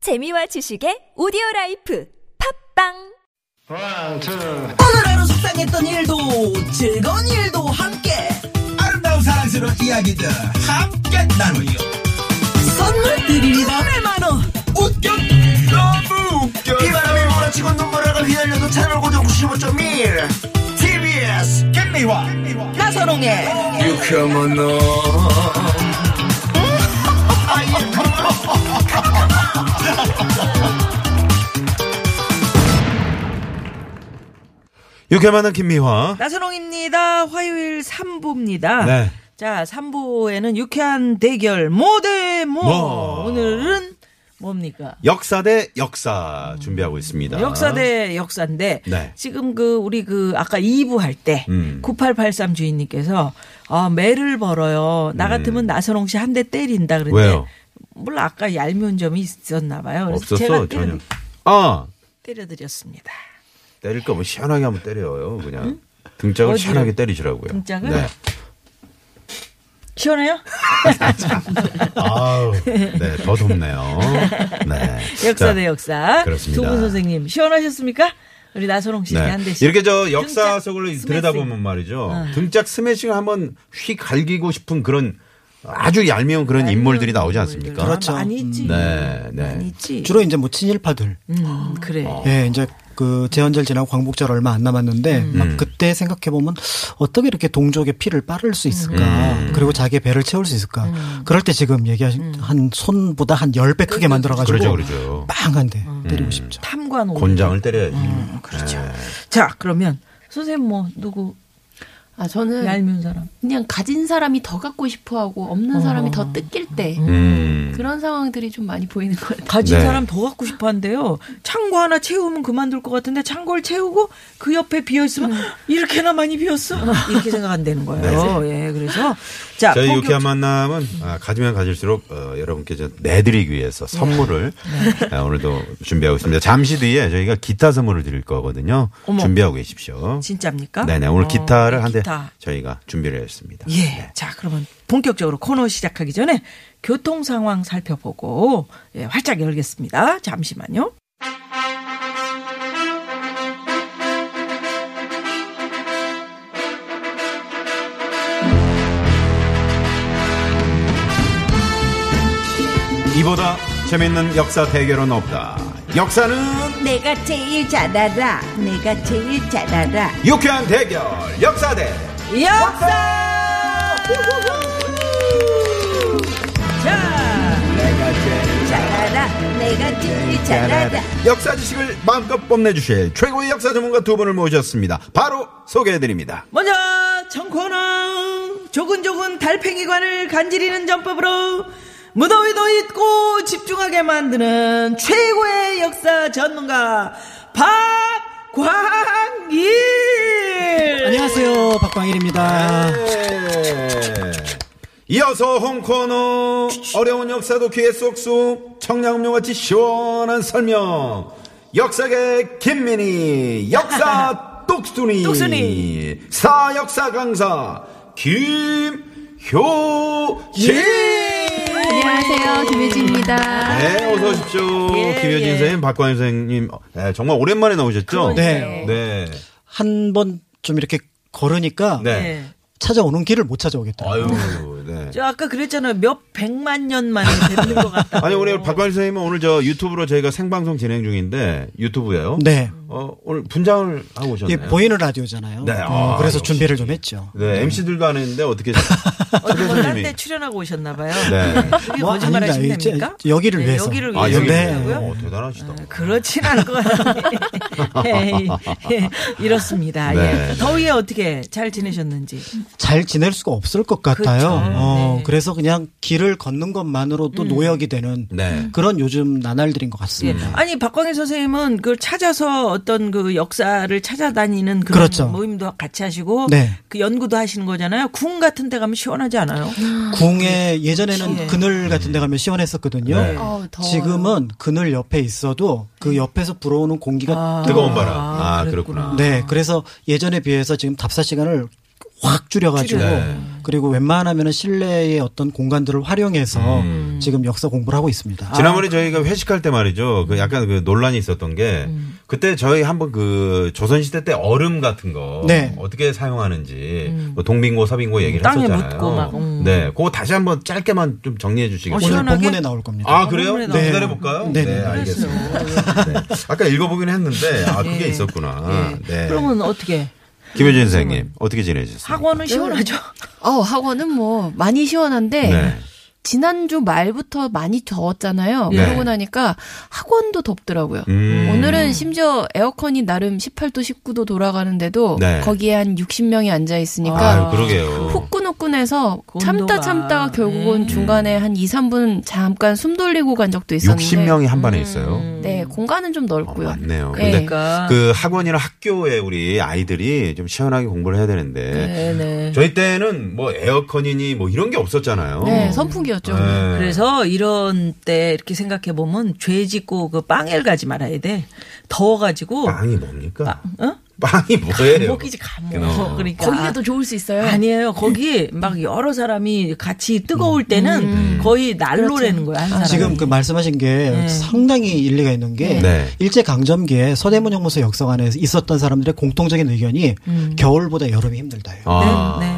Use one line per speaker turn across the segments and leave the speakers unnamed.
재미와 지식의 오디오 라이프 팝빵
One, two.
오늘 하루 속상했던 일도 즐거운 일도 함께
아름다운 사랑스러운 이야기들 함께 나누요.
선물 드립니다 네, 100만원
웃겨 너무 웃겨.
바람이 몰아치고 눈보라가 휘날려도 채널 고정 95.1 TBS
김미화
나선홍의
유쾌한 너
유쾌만한 김미화.
나선홍입니다 화요일 3부입니다
네.
자 3부에는 유쾌한 대결 모대모
뭐.
오늘은 뭡니까
역사 대 역사 준비하고 있습니다.
역사 대 역사인데
네. 음.
지금 그 우리 그 아까 2부 할 때 9883 주인님께서 아 매를 벌어요. 나 같으면 나선홍 씨 한 대 때린다 그랬는데
음. 왜요?
몰라 아까 얄미운 점이 있었나 봐요. 그래서
없었어
제가
전혀.
때려,
아
때려드렸습니다.
때릴 거면 뭐 시원하게 한번 때려요. 그냥 등짝을
어디를?
시원하게 때리시라고요.
등짝을?
네.
시원해요?
아우. 네. 더 덥네요. 네.
역사
자,
대 역사.
그렇습니다.
두 분 선생님 시원하셨습니까? 우리 나선홍 씨한
네.
대씩
이렇게 저 역사
등짝
속을
스매싱. 어.
들여다보면 말이죠. 등짝 스매싱을 한번 휙 갈기고 싶은 그런 아주 얄미운 그런 인물들이 나오지 않습니까?
그렇죠.
그렇죠.
많이 있지.
음. 네, 어. 네.
많이 있지.
주로 이제 뭐 친일파들.
음, 그래.
예, 이제 그 제헌절 지나고 광복절 얼마 안 남았는데
음.
막 그때 생각해 보면 어떻게 이렇게 동족의 피를 빠를 수 있을까?
음.
그리고 자기의 배를 채울 수 있을까? 그럴 때 지금 얘기하신 한 손보다 한 10배
그렇죠.
크게 만들어 가지고
그러죠, 음. 그러죠.
빵한 대 때리고 싶죠.
탐관 오.
곤장을 때려야지.
그렇죠. 자 그러면 선생님 뭐 누구
아 저는
얄미운 사람?
그냥 가진 사람이 더 갖고 싶어하고 없는 사람이 더 뜯길 때
음.
그런 상황들이 좀 많이 보이는 것 같아요.
가진
네.
사람 더 갖고 싶어 한대요. 창고 하나 채우면 그만둘 것 같은데 창고를 채우고 그 옆에 비어있으면 헉, 이렇게나 많이 비었어? 아, 이렇게 생각한다는 거예요. 예, 그래서. 자,
저희
본격-
유쾌한 만남은 아, 가지면 가질수록 어, 여러분께 저 내드리기 위해서 선물을
네.
아, 오늘도 준비하고 있습니다. 잠시 뒤에 저희가 기타 선물을 드릴 거거든요.
어머.
준비하고 계십시오.
진짜입니까?
네네 오늘
어,
기타를 한 대
기타.
저희가 준비를 했습니다.
예. 자, 그러면 본격적으로 코너 시작하기 전에 교통 상황 살펴보고 예, 활짝 열겠습니다. 잠시만요.
네. 이보다 재밌는 역사 대결은 없다. 역사는
내가 제일 잘 알아. 내가 제일 잘 알아.
유쾌한 대결 역사 대
역사! 자,
잘 알아. 내가 제일 잘
네.
알아.
역사 지식을 마음껏 뽐내주실 최고의 역사 전문가 두 분을 모셨습니다. 바로 소개해드립니다.
먼저 정코너 조근조근 달팽이관을 간지리는 전법으로 무더위도 잊고 집중하게 만드는 최고의 역사 전문가
음.
박광일.
안녕하세요. 박광일입니다.
네. 예. 이어서 홍코너 어려운 역사도 귀에 쏙쏙 청량음료같이 시원한 설명 역사계 김민희 역사 똑순이
똑순이.
사역사 강사 김효진
예.
안녕하세요, 김혜진입니다.
네, 어서 오십시오.
예,
김효진
예.
선생님, 박광일 선생님. 네, 정말 오랜만에 나오셨죠?
네.
어, 네.
한 번 좀 이렇게 걸으니까
네. 어.
네.
찾아오는 길을 못 찾아오겠더라고요.
아유, 네.
저 아까 그랬잖아요. 몇 백만 년 만에 뵙는 것 같다.
아니 오늘 박관일 선생님은 오늘 저 유튜브로 저희가 생방송 진행 중인데 유튜브예요.
네.
어 오늘 분장을 하고
이게
오셨네요.
보이는 라디오잖아요.
네.
음,
아,
그래서
역시.
준비를 좀 했죠.
네 MC들도 안 했는데 어떻게 최
뭐 어떤데
교수님이
출연하고 오셨나 봐요.
네.
그게
뭐
거짓말
아닙니다.
하시면
이제
됩니까?
여기를 위해서.
여기를
아
위해서
여기
네.
하고요?
어, 대단하시다.
네. 그렇진 않을 것 같은데. 에이, 예, 이렇습니다.
네,
예.
네.
더위에 어떻게 잘 지내셨는지.
잘 지낼 수가 없을 것 같아요. 어, 그래서 그냥 길을 걷는 것만으로도 노역이 되는
네. 음.
그런 요즘 나날들인 것 같습니다.
예. 아니, 박광일 선생님은 그걸 찾아서 어떤 그 역사를 찾아다니는 그런
그렇죠.
모임도 같이 하시고
네.
그 연구도 하시는 거잖아요. 궁 같은 데 가면 시원하지 않아요?
궁에 예전에는
예.
그늘 같은 데 가면 시원했었거든요.
네.
어, 더워요.
지금은 그늘 옆에 있어도 그 옆에서 불어오는 공기가
아. 뜨거운 바람. 아, 그렇구나.
네, 그래서 예전에 비해서 지금 답사 시간을 확 줄여가지고
줄여요. 네.
그리고 웬만하면 은 실내의 어떤 공간들을 활용해서
음.
지금 역사 공부를 하고 있습니다.
지난번에 저희가 회식할 때 말이죠. 그 약간 그 논란이 있었던 게 그때 저희 한번 그 조선시대 때 얼음 같은 거
네.
어떻게 사용하는지 뭐 동빙고 서빙고 얘기를
땅에
했었잖아요.
묻고 막, 음.
네. 그거 다시 한번 짧게만 좀 정리해 주시겠어요?
어,
오늘
시원하게?
본문에 나올 겁니다.
아, 그래요?
얼음에
네.
나오는
기다려 볼까요?
네네.
알겠습니다. 네. 아까 읽어 보긴 했는데 아, 그게
예.
있었구나.
예.
네.
그러면 어떻게?
김효진 선생님, 어떻게 지내셨어요?
학원은 시원하죠?
어, 학원은 뭐 많이 시원한데
네.
지난주 말부터 많이 더웠잖아요.
네.
그러고 나니까 학원도 덥더라고요.
음.
오늘은 심지어 에어컨이 나름 18도, 19도 돌아가는데도
네.
거기에 한 60명이 앉아 있으니까
아유, 그러게요.
후끈후끈해서
그 온도가.
참다 참다가 결국은
음.
중간에 한 2, 3분 잠깐 숨 돌리고 간 적도 있었는데
60명이 한 반에 있어요.
네, 공간은 좀
어,
넓고요.
맞네요.
네.
근데
그러니까.
그 학원이나 학교에 우리 아이들이 좀 시원하게 공부를 해야 되는데
네네.
저희 때는 뭐 에어컨이니 뭐 이런 게 없었잖아요.
네, 선풍기였죠.
네.
그래서 이런 때 이렇게 생각해 보면 죄 짓고 그 빵엘 가지 말아야 돼. 더워가지고
빵이 뭡니까?
어?
빵이 뭐예요?
감옥이지 감옥.
어.
그러니까
거기가 더 좋을 수 있어요.
아니에요. 거기 막 여러 사람이 같이 뜨거울 때는 거의
그렇죠.
난로라는 거야. 한 사람이.
지금 그 말씀하신 게 상당히 일리가 있는 게
네.
일제 강점기에 서대문 형무소 역사관에 있었던 사람들의 공통적인 의견이 겨울보다 여름이 힘들다예요.
아.
네, 네.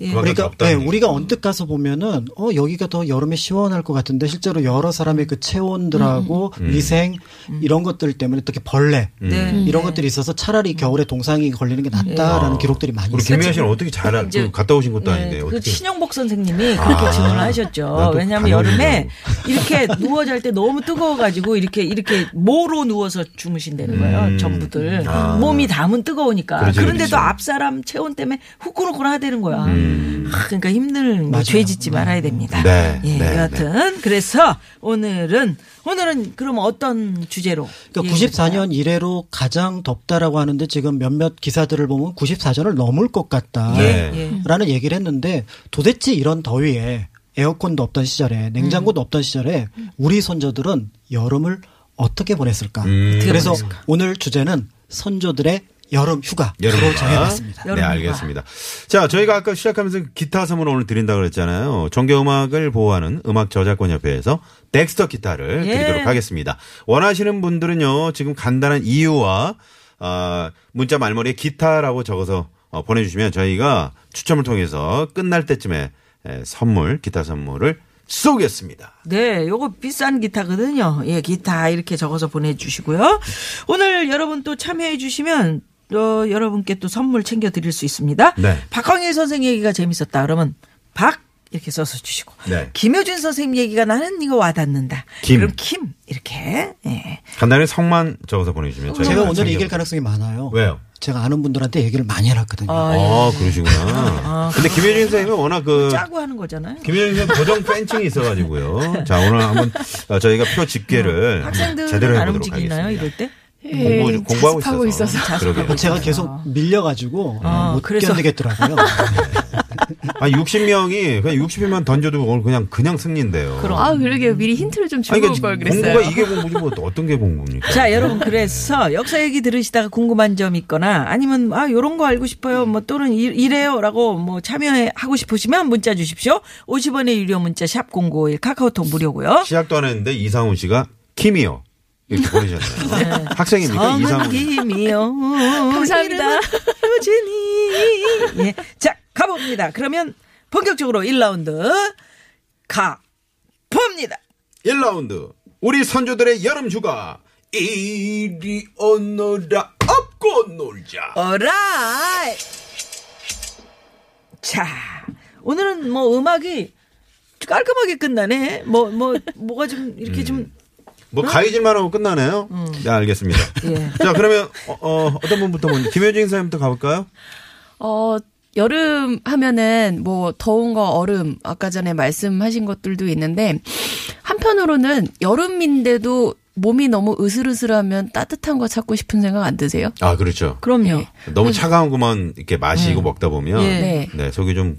예.
그만큼
그러니까
덥다는
네,
얘기.
우리가 언뜻 가서 보면은 어 여기가 더 여름에 시원할 것 같은데 실제로 여러 사람의 그 체온들하고 위생 이런 것들 때문에 특히 벌레
네.
이런 것들이 있어서 차라리 겨울에 동상이 걸리는 게 낫다라는 기록들이 많이
우리
있어요.
김미아 씨는 어떻게 잘 알-
이제-
그 갔다 오신 것도
네,
아닌데
그
어떻게
신영복 선생님이 그렇게
아,
질문을
나도
하셨죠.
그
왜냐하면
단어를
여름에 이렇게 누워 잘 때 너무 뜨거워가지고 이렇게 이렇게 모로 누워서 주무신다는 거예요.
음.
전부들
아.
몸이 담은 뜨거우니까.
그렇지,
그런데도
그렇지.
앞 사람 체온 때문에 후끈후끈 하다는 거야. 아, 그러니까 힘든
맞아요.
죄짓지 말아야 됩니다.
음. 네,
예,
네,
여하튼 그래서 오늘은 오늘은 그럼 어떤 주제로?
그러니까
얘기해 볼까요?
94년 이래로 가장 덥다라고 하는데 지금 몇몇 기사들을 보면 94년을 넘을 것
네.
예,
같다라는 얘기를 했는데 도대체 이런 더위에 에어컨도 없던 시절에 냉장고도 없던 시절에 우리 손자들은 여름을 어떻게 보냈을까?
음. 어떻게
그래서 오늘 주제는 선조들의 여름 휴가로
여름휴가.
정해봤습니다.
아,
네,
여름휴가.
알겠습니다. 자, 저희가 아까 시작하면서 기타 선물을 오늘 드린다고 그랬잖아요. 정겨음악을 보호하는 음악 저작권 협회에서 덱스터 기타를
예.
드리도록 하겠습니다. 원하시는 분들은요, 지금 간단한 이유와 아, 문자 말머리에 기타라고 적어서 어, 보내주시면 저희가 추첨을 통해서 끝날 때쯤에 에, 선물, 기타 선물을 쏘겠습니다.
네, 요거 비싼 기타거든요. 예, 기타 이렇게 적어서 보내주시고요. 오늘 여러분 또 참여해주시면 또 여러분께 또 선물 챙겨드릴 수 있습니다.
네.
박광일 선생 얘기가 재밌었다. 그러면 박 이렇게 써서 주시고
네.
김효준 선생님 얘기가 나는 이거 와닿는다.
김.
그럼 김 이렇게 예.
간단히 성만 적어서 보내주시면 저희가
제가 오늘
참여-
이길 가능성이 많아요.
왜요?
제가 아는 분들한테 얘기를 많이 해놨거든요.
아, 그러시구나. 근데 김혜진 선생님은 워낙 그
어, 짜고 하는 거잖아요.
김혜영 씨 고정 팬층이 있어가지고요. 자 오늘 한번 어, 저희가 표 집계를 네. 제대로
음, 학생들은 안
해보도록
움직이나요
하겠습니다.
이럴 때?
공부,
예,
공부하고
자습하고
있어서. 그러게요.
제가 계속 밀려가지고
아,
못
그래서-
견디겠더라고요. 네,
아 60명이 그냥 60명만 던져도 오늘 그냥 그냥 승리인데요.
그럼 아 그러게요. 미리 힌트를 좀 주고
아니,
올
그러니까
걸 그랬어요.
공부가 이게 공부지 뭐 어떤 게 공부입니까? 그러니까.
자, 여러분 그래서 역사 얘기 들으시다가 궁금한 점 있거나 아니면 아 요런 거 알고 싶어요. 뭐 또는 이- 이래요라고 뭐 참여하고 싶으시면 문자 주십시오. 50원의 유료 문자 샵 #051 카카오톡 무료고요.
시작도 안 했는데 이상훈 씨가 킴이요 이렇게 보내셨네요. 학생입니까 그러니까 이상훈? 씨?
성김이요. 감사합니다. 효진이. 예. 자, 가봅니다. 그러면 본격적으로 1라운드 가 봅니다.
1라운드 우리 선조들의 여름 휴가 이리 오너라 업고 놀자.
오라이. 자, 오늘은 뭐 음악이 깔끔하게 끝나네. 뭐, 뭐, 뭐가 좀 이렇게 좀.
뭐 가이질만 하고 끝나네요. 네 알겠습니다.
네? 음. 예.
자 그러면 어, 어, 떤 분부터 먼저 김효진 선생님부터 가볼까요?
어, 여름 하면은 뭐 더운 거 얼음 아까 전에 말씀하신 것들도 있는데 한편으로는 여름인데도 몸이 너무 으슬으슬하면 따뜻한 거 찾고 싶은 생각 안 드세요?
아 그렇죠.
그럼요. 음.
너무 차가운 것만 이렇게 마시고 먹다 보면
예.
네. 속이 좀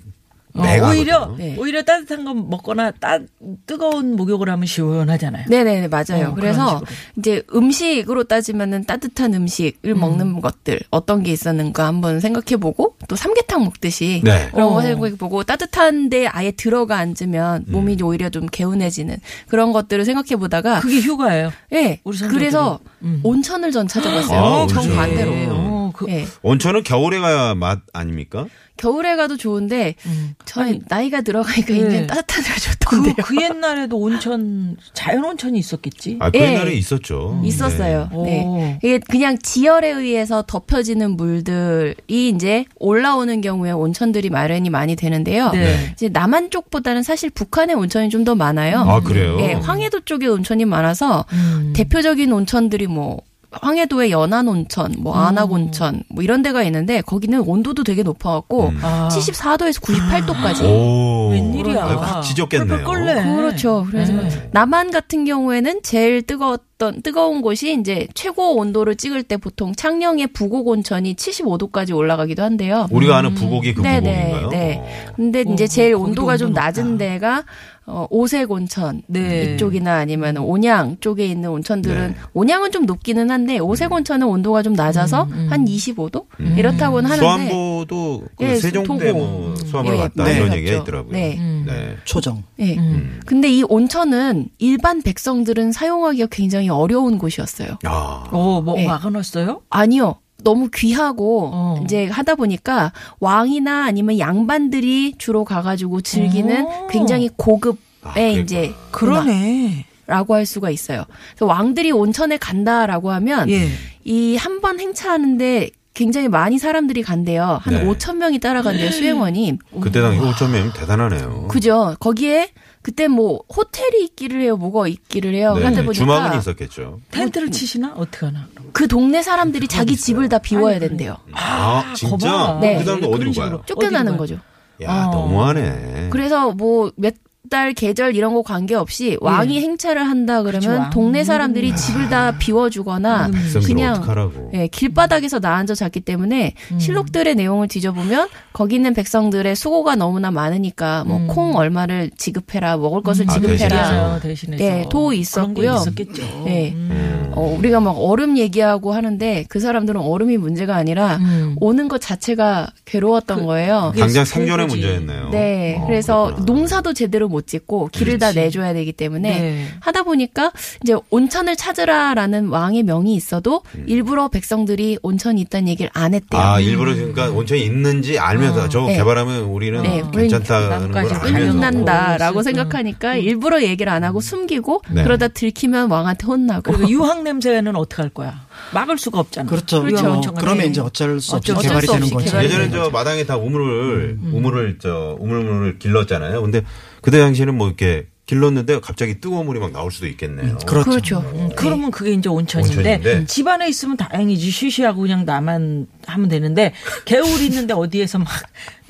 어,
내가
오히려
하거든요.
네.
오히려 따뜻한 거 먹거나 따, 뜨거운 목욕을 하면 시원하잖아요.
네네 맞아요.
어, 그런
그래서
식으로.
이제 음식으로 따지면은 따뜻한 음식을 먹는 것들 어떤 게 있었는가 한번 생각해보고 또 삼계탕 먹듯이
네.
그런
어. 음.
거 생각해보고 따뜻한데 아예 들어가 앉으면 몸이 오히려 좀 개운해지는 그런 것들을 생각해보다가
그게 휴가예요.
예
우리 선조들은.
그래서 온천을 전 찾아봤어요.
아, 온천.
정반대로.
네.
음. 어, 그,
예.
온천은 겨울에 가야 맛 아닙니까?
겨울에 가도 좋은데
그,
저는 나이가 들어가니까 이제
네.
따뜻한 데가
그,
좋던데요.
그 옛날에도 온천 자연 온천이 있었겠지.
아, 그
예.
옛날에 있었죠.
있었어요.
네. 오.
네. 이게 그냥 지열에 의해서 덮여지는 물들이 이제 올라오는 경우에 온천들이 마련이 많이 되는데요.
네.
이제 남한 쪽보다는 사실 북한의 온천이 좀 더 많아요.
아, 그래요?
예, 황해도 쪽에 온천이 많아서
음.
대표적인 온천들이 뭐 황해도의 연안 온천, 뭐 안악 온천 뭐 이런 데가 있는데 거기는 온도도 되게 높아 갖고
음.
아.
74도에서 98도까지
오.
웬일이야.
아이고, 확 지졌겠네요.
펄펄 끓네. 네.
그렇죠. 그래서 남한 같은 경우에는 제일 뜨거웠던 뜨거운 곳이 이제 최고 온도를 찍을 때 보통 창녕의 부곡 온천이 75도까지 올라가기도 한대요.
우리가 아는 부곡이 그
음, 네네,
부곡인가요?
네.
어.
근데
어,
이제 제일
거기도
온도가 좀
온도
낮은
높다.
데가 어, 오색 온천
네.
이쪽이나 아니면 온양 쪽에 있는 온천들은
네. 음.
온양은 좀 높기는 한데 오색 온천은 온도가 좀 낮아서
음,
한 25도 이렇다고는 하는데
수안보도 그
예,
세종대
수도고.
뭐 수안보러
예,
갔다
네.
이런
맞죠.
얘기가 있더라고요.
네.
음.
네. 음.
초정.
예. 근데 이 온천은 일반 백성들은 사용하기가 굉장히 어려운 곳이었어요.
아,
어, 뭐
네.
막아놨어요?
아니요. 너무 귀하고
어.
이제 하다 보니까 왕이나 아니면 양반들이 주로 가가지고 즐기는
오.
굉장히 고급의 예,
아, 그랬구나.
이제
그러네.
라고 할 수가 있어요. 그래서 왕들이 온천에 간다라고 하면
예.
이 한 번 행차하는데 굉장히 많이 사람들이 간대요. 한
네. 음.
5천 명이 따라간대요 수행원이.
그때 당시 5천 명이 대단하네요.
음. 그죠? 거기에 그때 뭐 호텔이 있기를 해요, 뭐가 있기를 해요.
네.
그러다 보니까
주막은 있었겠죠.
텐트를 치시나? 어떻게 하나?
그 동네 사람들이 자기 집을 다 비워야 된대요.
아, 진짜?
거봐.
네.
그 사람도
그런
어디로
식으로.
가요?
쫓겨나는
어디로
거죠.
야,
어.
너무하네.
그래서 뭐 몇 달 계절 이런 거 관계없이 왕이 행차를 한다
예. 그쵸,
그러면
그렇죠, 왕. 음. 아.
동네 사람들이 집을 다 비워주거나
백성들
그냥
어떡하라고.
예, 길바닥에서 나앉아 잤기 때문에
음.
실록들의 내용을 뒤져보면 거기 있는 백성들의 수고가 너무나 많으니까
음.
뭐 콩 얼마를 지급해라 먹을 것을
아,
지급해라
대신해서.
그렇죠. 대신해서. 대신해서.
네, 도 있었고요.
그런 게 있었겠죠.
네.
음.
어, 우리가 막 얼음 얘기하고 하는데 그 사람들은 얼음이 문제가 아니라
음.
오는 것 자체가 괴로웠던 거예요.
그게
당장
세
생존의
거지.
문제였네요.
네.
어,
그래서
그렇구나.
농사도 제대로 못 짓고 길을 다
그렇지.
내줘야 되기 때문에
네.
하다 보니까 이제 온천을 찾으라라는 왕의 명이 있어도 일부러 백성들이 온천이 있다는 얘기를 안 했대요.
아, 일부러 그러니까 온천이 있는지 알면서 저거
음. 네.
개발하면 우리는
네, 그
괜찮다는 걸
우리는
알면서.
끝까지
끝난다라고
음.
생각하니까 일부러 얘기를 안 하고 숨기고
네.
그러다 들키면 왕한테 혼나고
그리고 유황 냄새는 어떻게 할 거야? 막을 수가 없잖아.
그렇죠.
어. 그렇죠.
뭐
엄청
그러면
네.
이제 어쩔 수 없이
어쩔 수
개발이
없이
되는 거죠.
개발이
예전에 저 마당에 다 우물을 우물을 저 우물물을 길렀잖아요. 근데 그때 당시에는 뭐 이렇게 길렀는데 갑자기 뜨거운 물이 막 나올 수도 있겠네요.
그렇죠.
그렇죠.
음, 그러면 그게 이제 온천인데,
온천인데.
음, 집 안에 있으면 다행이지 쉬쉬하고 그냥 나만 하면 되는데 개울 있는데 어디에서 막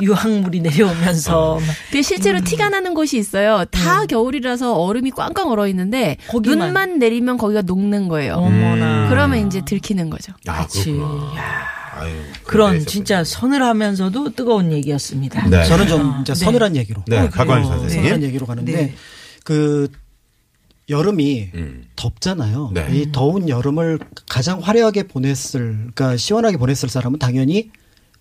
유황물이 내려오면서
아.
막
근데 실제로 티가 나는 곳이 있어요. 다 겨울이라서 얼음이 꽝꽝 얼어 있는데
거기만.
눈만 음. 내리면 거기가 녹는 거예요.
어머나
음.
그러면 이제 들키는 거죠.
아,
그렇지.
그렇구나.
야,
아유, 그런 데
그런
있었군요.
진짜 서늘하면서도 뜨거운 얘기였습니다.
네.
저는 좀 이제 서늘한 얘기로.
네, 박광일
서늘한
선생님.
음. 얘기로 가는데
네.
그 여름이
음.
덥잖아요.
네.
이 더운 여름을 가장 화려하게 보냈을, 그러니까 시원하게 보냈을 사람은 당연히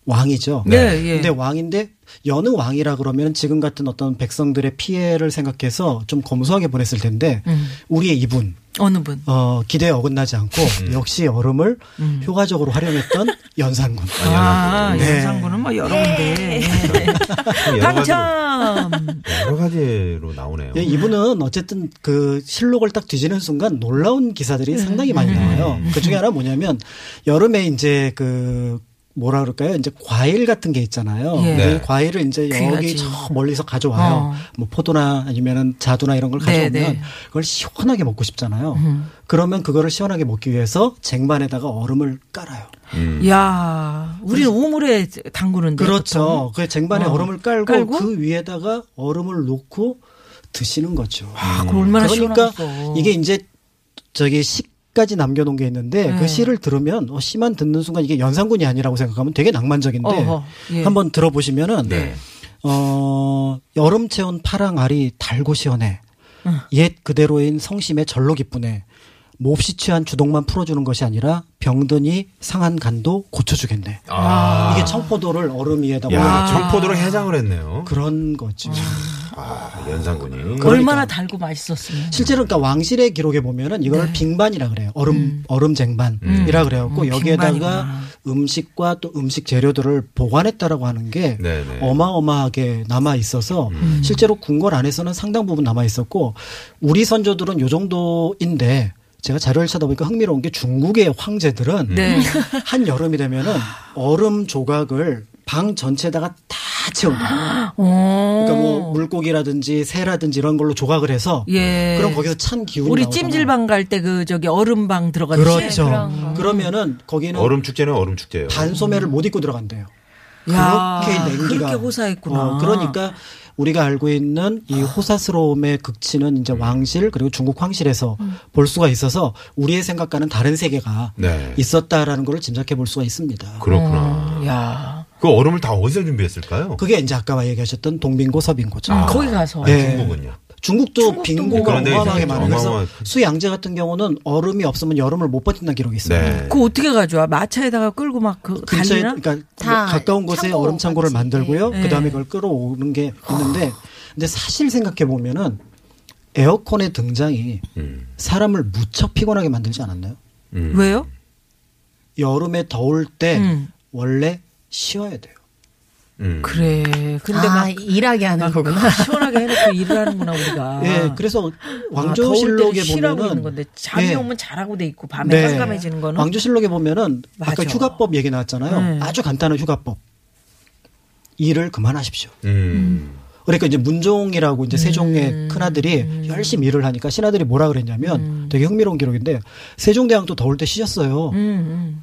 왕이죠.
네, 예.
근데 왕인데 여느 왕이라 그러면 지금 같은 어떤 백성들의 피해를 생각해서 좀 검소하게 보냈을 텐데
음.
우리의 이분
어느 분?
어, 기대에 어긋나지 않고
음.
역시 여름을
음.
효과적으로 활용했던 연산군.
아,
네.
연상군은 뭐 여러 군데.
여러 가지로,
당첨!
여러 가지로 나오네요.
예, 이분은 어쨌든 그 실록을 딱 뒤지는 순간 놀라운 기사들이
네.
상당히 많이 나와요. 그 중에 하나 뭐냐면 여름에 이제 그 뭐라 그럴까요? 이제 과일 같은 게 있잖아요.
예.
네.
그 과일을 이제
귀하지.
여기 저 멀리서 가져와요.
어.
뭐 포도나 아니면은 자두나 이런 걸 가져오면
네, 음. 네.
그걸 시원하게 먹고 싶잖아요. 그러면 그거를 시원하게 먹기 위해서 쟁반에다가 얼음을 깔아요.
야 우리 우물에 담그는데.
그렇죠. 그 쟁반에
어.
얼음을 깔고,
깔고?
그 위에다가 얼음을 놓고 드시는 거죠.
아, 그 얼마나
그러니까
시원하겠어.
이게 이제 저기 시까지 남겨놓은 게 있는데
네.
그 시를 들으면 어, 시만 듣는 순간 이게 연산군이 아니라고 생각하면 되게 낭만적인데
어허, 예.
한번 들어보시면은 어, 여름 채운 파랑알이 달고 시원해. 옛 그대로인 성심의 절로 기쁘네. 몹시 취한 주동만 풀어주는 것이 아니라 병든이 상한 간도 고쳐주겠네. 이게 청포도를 얼음 위에다가
야, 청포도로 해장을 했네요.
그런 거죠.
아, 연상군이.
그러니까. 얼마나 달고 맛있었으면.
실제로 그러니까 왕실의 기록에 보면은 이걸
네.
빙반이라 그래요. 얼음 얼음 쟁반이라 그래갖고 여기에다가
음, 빙반이구나.
음식과 또 음식 재료들을 보관했다라고 하는 게
네네.
어, 어마어마하게 남아 있어서 실제로 궁궐 안에서는 상당 부분 남아 있었고 우리 선조들은 요 정도인데 제가 자료를 찾아보니까 흥미로운 게 중국의 황제들은
네.
한 여름이 되면은 얼음 조각을 방 전체에다가 다 채운 거예요.
어.
그러니까 뭐 물고기라든지 새라든지 이런 걸로 조각을 해서
예.
그럼 거기서 찬 기운이
우리
나오잖아요.
찜질방 갈 때 그 저기 얼음방 들어가듯이.
그렇죠. 그러면은 거기는
얼음 축제는 얼음 축제예요.
반소매를 못 입고 들어간대요.
야,
그렇게 냉기가
그렇게 호사했구나. 아.
어, 그러니까 우리가 알고 있는 이 호사스러움의 극치는 이제 왕실 그리고 중국 황실에서
음.
볼 수가 있어서 우리의 생각과는 다른 세계가
네.
있었다라는 걸 짐작해 볼 수가 있습니다.
어.
그렇구나.
야.
그 얼음을 다 어디서 준비했을까요?
그게 이제 아까 얘기하셨던 동빙고 서빙고죠.
거기 가서.
아니,
네.
중국은요.
중국도 빙고가
그런데 이제
어마어마하게 많아요. 그래서
어마어마한-
수양제 같은 경우는 얼음이 없으면 여름을 못 버틴다는 기록이 있습니다.
네.
그거 어떻게 가져와? 마차에다가 끌고 막 그
근처에
달리나?
그러니까
다
가까운 곳에
창고
얼음 창고를
같이.
만들고요.
네.
그다음에 그걸 끌어오는 게 있는데 근데 사실 생각해 보면은 에어컨의 등장이
음.
사람을 무척 피곤하게 만들지 않았나요?
음.
왜요?
여름에 더울 때
음.
원래 쉬어야 돼요.
음.
그래. 근데
아,
막
일하게 하는 거구나.
시원하게 해놓고 일을 하는구나 우리가.
예, 그래서
아. 더울 때는
왕조실록에
쉬라고 있는
보면은
건데 잠이
예.
오면 잘하고 돼 있고 밤에
네.
깜깜해지는 거는
왕조실록에 보면은
맞아.
아까 휴가법 얘기 나왔잖아요.
네.
아주 간단한 휴가법. 일을 그만하십시오.
음.
그러니까 이제 문종이라고
음.
이제 세종의 큰아들이 열심히 일을 하니까 신하들이 뭐라 그랬냐면 되게 흥미로운 기록인데 세종대왕도 더울 때 쉬셨어요.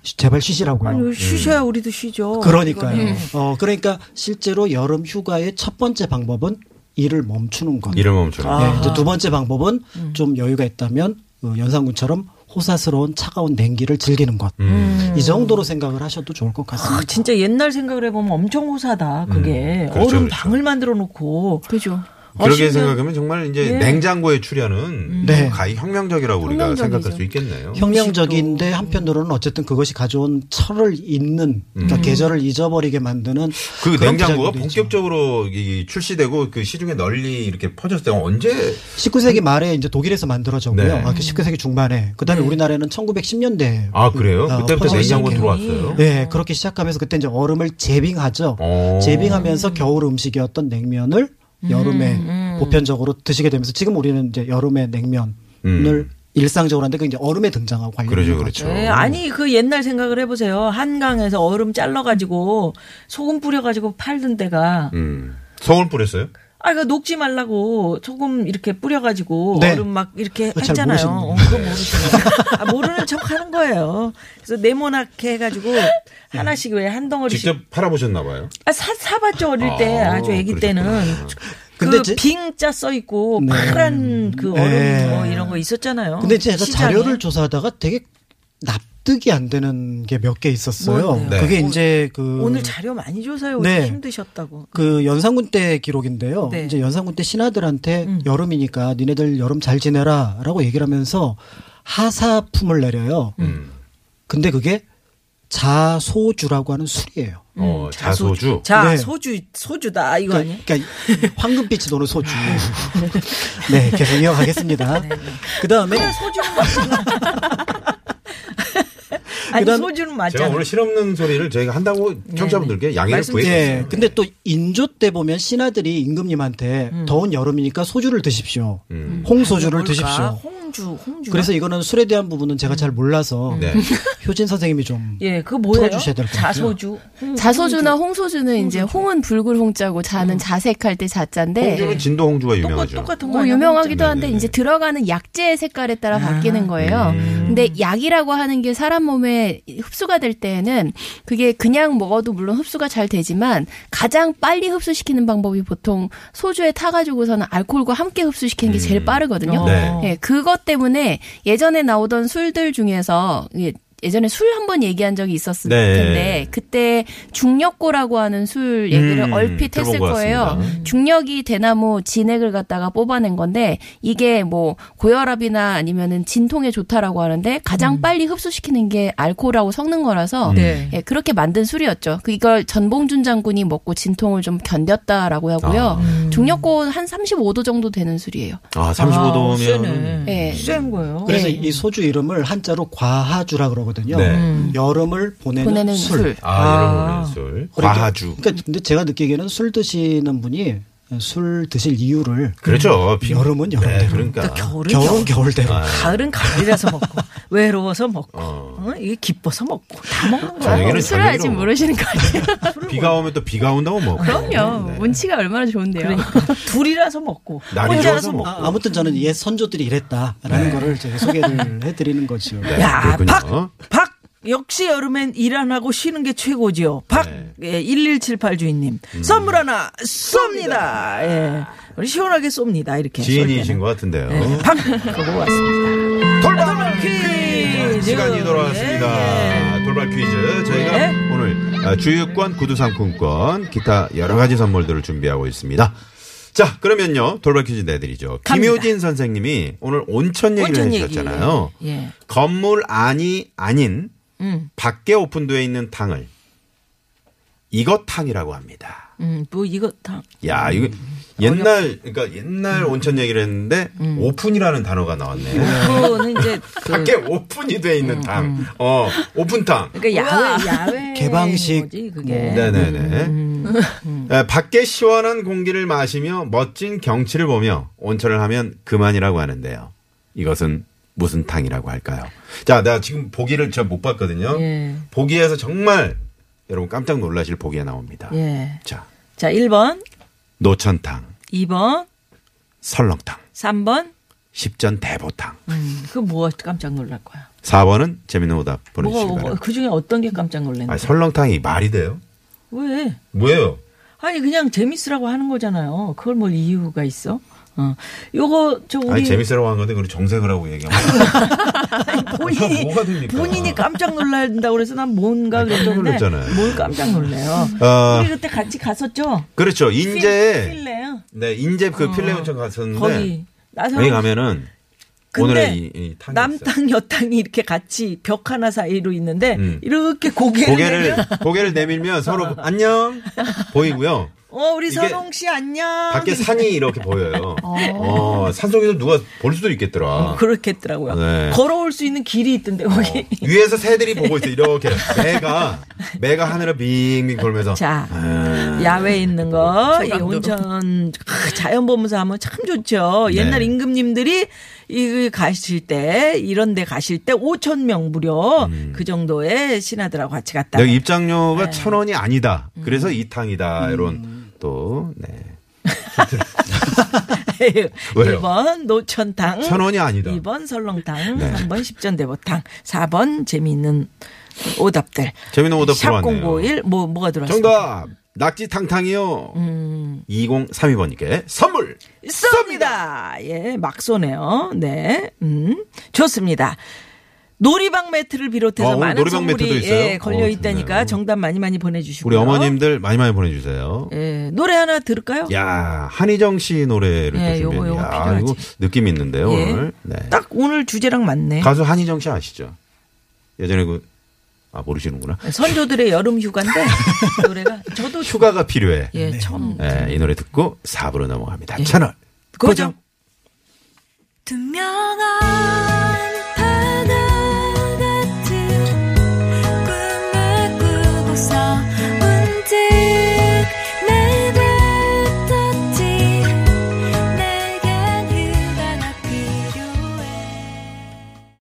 쉬- 제발 쉬시라고요.
음. 아니 쉬셔야 우리도 쉬죠.
음. 그러니까요.
이거는. 예.
어, 그러니까 실제로 여름 휴가의 첫 번째 방법은 일을 멈추는 것.
이름 멈춰. 아.
예, 이제 두 번째 방법은
음.
좀 여유가 있다면 어, 연산군처럼 호사스러운 차가운 냉기를 즐기는 것.
음.
이 정도로 생각을 하셔도 좋을 것 같습니다.
아, 진짜 옛날 생각을 해보면 엄청 호사다 그게
음, 그렇죠,
얼음
그렇죠.
방을 만들어 놓고
그죠.
그렇게
아,
생각하면 정말 이제 냉장고에 추리하는
네.
가히 혁명적이라고 우리가
혁명적이죠.
생각할 수 있겠네요.
혁명적인데 한편으로는 어쨌든 그것이 가져온 철을 잇는 그러니까 계절을 잊어버리게 만드는
음. 그
그런
냉장고가
부작용도 있죠.
본격적으로 이 출시되고 그 시중에 널리 이렇게 퍼졌을 때 언제
19세기 말에 이제 독일에서 만들어졌고요.
네.
아, 그 19세기 중반에 그다음에 우리나라는 1910년대
아 그래요?
아,
그때부터
퍼지기
냉장고
시작해요.
들어왔어요.
네, 그렇게 시작하면서 그때 이제 얼음을 제빙하죠.
어.
제빙하면서 겨울 음식이었던 냉면을 여름에
음,
보편적으로 드시게 되면서 지금 우리는 이제 여름에 냉면을
음.
일상적으로 하는데 그 이제 얼음에 등장하고 관련된
그렇죠,
거죠.
그렇죠.
네, 아니 그 옛날 생각을 해보세요. 한강에서 얼음 잘라가지고 소금 뿌려가지고 팔던 때가
음. 소금 뿌렸어요?
아 이거 녹지 말라고 소금 이렇게 뿌려가지고
네.
얼음 막 이렇게
그거 잘
했잖아요.
모르시는구나.
어, 그거 모르시는 아, 모르는 척하는 거예요. 그래서 네모나게 해가지고 하나씩 왜 한 덩어리씩
직접 팔아보셨나 봐요.
아, 사, 사봤죠 어릴
아,
때 아주 아기 때는
그러셨구나.
근데
그
제-
빙자 써 있고
네.
파란 그 얼음
네.
뭐 이런 거 있었잖아요.
근데 제가
시장에.
자료를 조사하다가 되게 납득이 안 되는 게 몇 개 있었어요.
뭔데요?
네.
그게 이제 그
오늘 자료 많이 조사해 오기
네.
힘드셨다고.
그 연산군 때 기록인데요.
네. 음.
이제 연산군 때 신하들한테 여름이니까 니네들 여름 잘 지내라라고 얘기를 하면서 하사품을 내려요.
음.
근데 그게 자소주라고 하는 술이에요.
어, 자소주.
음, 자
네.
소주 소주다 이거 아니야?
그러니까, 그러니까 황금빛이 도는 소주.
아.
네, 계속 이어가겠습니다.
네,
그 다음에
소주는 맞잖아. 아니
그다음-
소주는
제가
맞잖아.
오늘 실없는 소리를 저희가 한다고 청취자분들께 양해를
말씀-
구해주세요.
예. 근데 또 인조 때 보면 신하들이 임금님한테 더운 여름이니까 소주를 드십시오.
음.
홍소주를
아,
그러니까.
뭘까?
드십시오.
홍주 홍주.
그래서 이거는 술에 대한 부분은 제가 잘 몰라서
네.
효진 선생님이 좀
예, 그거 뭐예요?
풀어주셔야 될것 같아요.
자소주. 홍-
자소주나 홍소주는 음. 어, 이제 홍은 붉을 홍자고 자는 자색할 때 자자인데
홍주는 진도 홍주가
똑같,
유명하죠.
똑같은 거
뭐
아니야?
유명하기도
홍자.
한데
네네네.
이제 들어가는 약재의 색깔에
아,
따라 바뀌는 거예요.
네.
근데 약이라고 하는 게 사람 몸에 흡수가 될 때에는 그게 그냥 먹어도 물론 흡수가 잘 되지만 가장 빨리 흡수시키는 방법이 보통 소주에 타가지고서는 알코올과 함께 흡수시키는
음.
게
어.
제일 빠르거든요.
네.
예, 그것 때문에 예전에 나오던 술들 중에서 예, 예전에 술 한 번 얘기한 적이 있었을
네.
텐데 그때 중력고라고 하는 술 얘기를
음,
얼핏 했을
들어본 것
거예요.
같습니다.
중력이 대나무 진액을 갖다가 뽑아낸 건데 이게 뭐 고혈압이나 아니면은 진통에 좋다라고 하는데
음.
가장 빨리 흡수시키는 게 알코올하고 섞는 거라서
네.
예, 그렇게 만든 술이었죠. 그 이걸 전봉준 장군이 먹고 진통을 좀 견뎠다라고 하고요. 중력고 한 35도 정도 되는 술이에요.
아,
아,
35도면.
쎄네.
예.
센 거예요.
그래서
예.
이 소주 이름을 한자로 과하주라 그러거든요.
네.
여름을 보내는,
보내는
술.
술.
아, 이런 술.
그러니까-
과하주.
그러니까 근데 제가 느끼기에는 술 드시는 분이 술 드실 이유를
그렇죠. 비-
여름은
네, 아.
여름대로.
그러니까.
겨울은 겨울,
겨울은 겨울대로.
가을은 가을이라서 먹고 외로워서 먹고
어.
어, 이게 기뻐서 먹고 다 먹는 거야.
저녁에는
어, 술을 아직
저녁이라고.
모르시는 거 아니에요?
비가 오면 또 비가 온다고 먹고.
그럼요.
네. 그러니까.
운치가 얼마나 좋은데요.
둘이라서 먹고
날이
혼자라서
좋아서
먹고.
먹고.
아, 아무튼 저는 옛 선조들이 이랬다라는 거를 제가 소개를 해드리는 거죠.
네,
야,
그렇군요.
박, 박 역시 여름엔 일 안 하고 쉬는 게 최고지요. 박
네.
예, 1178 주인님 선물 하나 쏩니다. 예, 우리 시원하게 쏩니다. 이렇게 네,
음. 지인이신 것 같은데요.
박 그거 왔습니다.
돌발
퀴즈! 예,
퀴즈 시간이 돌아왔습니다. 돌발 퀴즈 저희가
네.
오늘 아, 주유권, 구두 상품권, 기타 여러 가지 선물들을 준비하고 있습니다. 자 그러면요 돌발 퀴즈 내드리죠.
갑니다.
김효진 선생님이 오늘 온천 얘기를
온천
해주셨잖아요.
얘기. 예.
건물 안이 아닌
음.
밖에 오픈되어 있는 탕을 이것탕이라고 합니다.
음, 뭐 이거 다
야 이거 옛날 그러니까 옛날
음.
온천 얘기를 했는데 오픈이라는 단어가 나왔네요.
그거는 이제 그
밖에 오픈이 돼
음.
있는 탕. 어, 오픈탕.
그러니까 야외 야외
개방식
뭐지, 그게
음, 네네네.
음.
에, 밖에 시원한 공기를 마시며 멋진 경치를 보며 온천을 하면 그만이라고 하는데요. 이것은 무슨 탕이라고 할까요? 자, 내가 지금 보기를 저 못 봤거든요.
예.
보기에서 정말 여러분 깜짝 놀라실 보기에 나옵니다.
예.
자,
자, 1번,
노천탕,
2번,
설렁탕,
3번.
십전 대보탕.
그 뭐가 깜짝 놀랄 거야?
4번은 재밌는 오답 보내주시기
뭐가
바랍니다.
그 중에 어떤 게 깜짝 놀랐나?
아, 설렁탕이 말이 돼요?
왜?
뭐예요?
아니 그냥 재밌으라고 하는 거잖아요. 그걸 뭘 이유가 있어? 어. 요거 저 우리
아니 재밌으라고 한 건데 그걸 정색을 하고 얘기하면
본인이
뭐가 됩니까?
본인이 깜짝 놀란다 그래서 난 뭔가
아니, 깜짝
그랬는데
놀랐잖아요.
뭘 깜짝 놀래요?
어,
우리 그때 같이 갔었죠?
그렇죠. 인제
필레요. 어,
네 인제 그 필레온천 갔었는데
거기 나서
거기 가면은
근데
오늘의 이, 이 탕이 있어요.
남탕 여탕이 이렇게 같이 벽 하나 사이로 있는데
음.
이렇게 고개를,
고개를
내면
고개를 내밀면 서로 안녕 보이고요.
어 우리
이게
선홍 씨 안녕.
밖에 산이 이렇게 보여요. 어, 산 속에서 누가 볼 수도
어,
있겠더라.
그렇겠더라고요.
네. 어.
걸어올 수 있는 길이 있던데 거기.
위에서 새들이 보고 있어 이렇게 매가 매가 하늘을 빙빙 돌면서
자,
아,
야외에 있는 거, 이 온천, 크, 자연 보면서 하면 참 좋죠.
네.
옛날 임금님들이 이 가실 때, 이런 데 가실 때 5천 명 무려 그 정도의 신하들하고 같이 갔다.
음.
네. 음.
여기 입장료가 천 원이 아니다. 그래서 이 탕이다 이런 또 네. 왜요?
1번 노천탕.
천 원이 아니다. 네.
2번 설렁탕, 3번 십전대보탕, 4번 재미있는 오답들.
재밌는 오답
샵
들어왔네요.
051, 뭐, 뭐가 들어왔어요?
정답 낙지탕탕이요.
음.
2032번님께 선물.
쏩니다. 예, 막 쏘네요. 네. 음, 좋습니다. 놀이방 매트를 비롯해서
아, 오늘
많은
놀이방
선물이
매트도 있어요?
예, 걸려
어,
있다니까
좋네요.
정답 많이 많이 보내주시고요.
우리 어머님들 많이 많이 보내주세요.
예, 노래 하나 들을까요?
야 한희정 씨 노래를
예,
또
요거, 요거
준비했네요. 아,
필요하지.
이거 느낌 있는데요
예.
오늘. 네.
딱 예. 오늘 주제랑 맞네.
가수 한희정 씨 아시죠? 예전에 그 아 모르시는구나.
선조들의 여름 휴가인데 노래가 저도
휴가가 필요해.
예 처음
예, 이 노래 듣고 4부로 넘어갑니다. 채널
고정.
투명한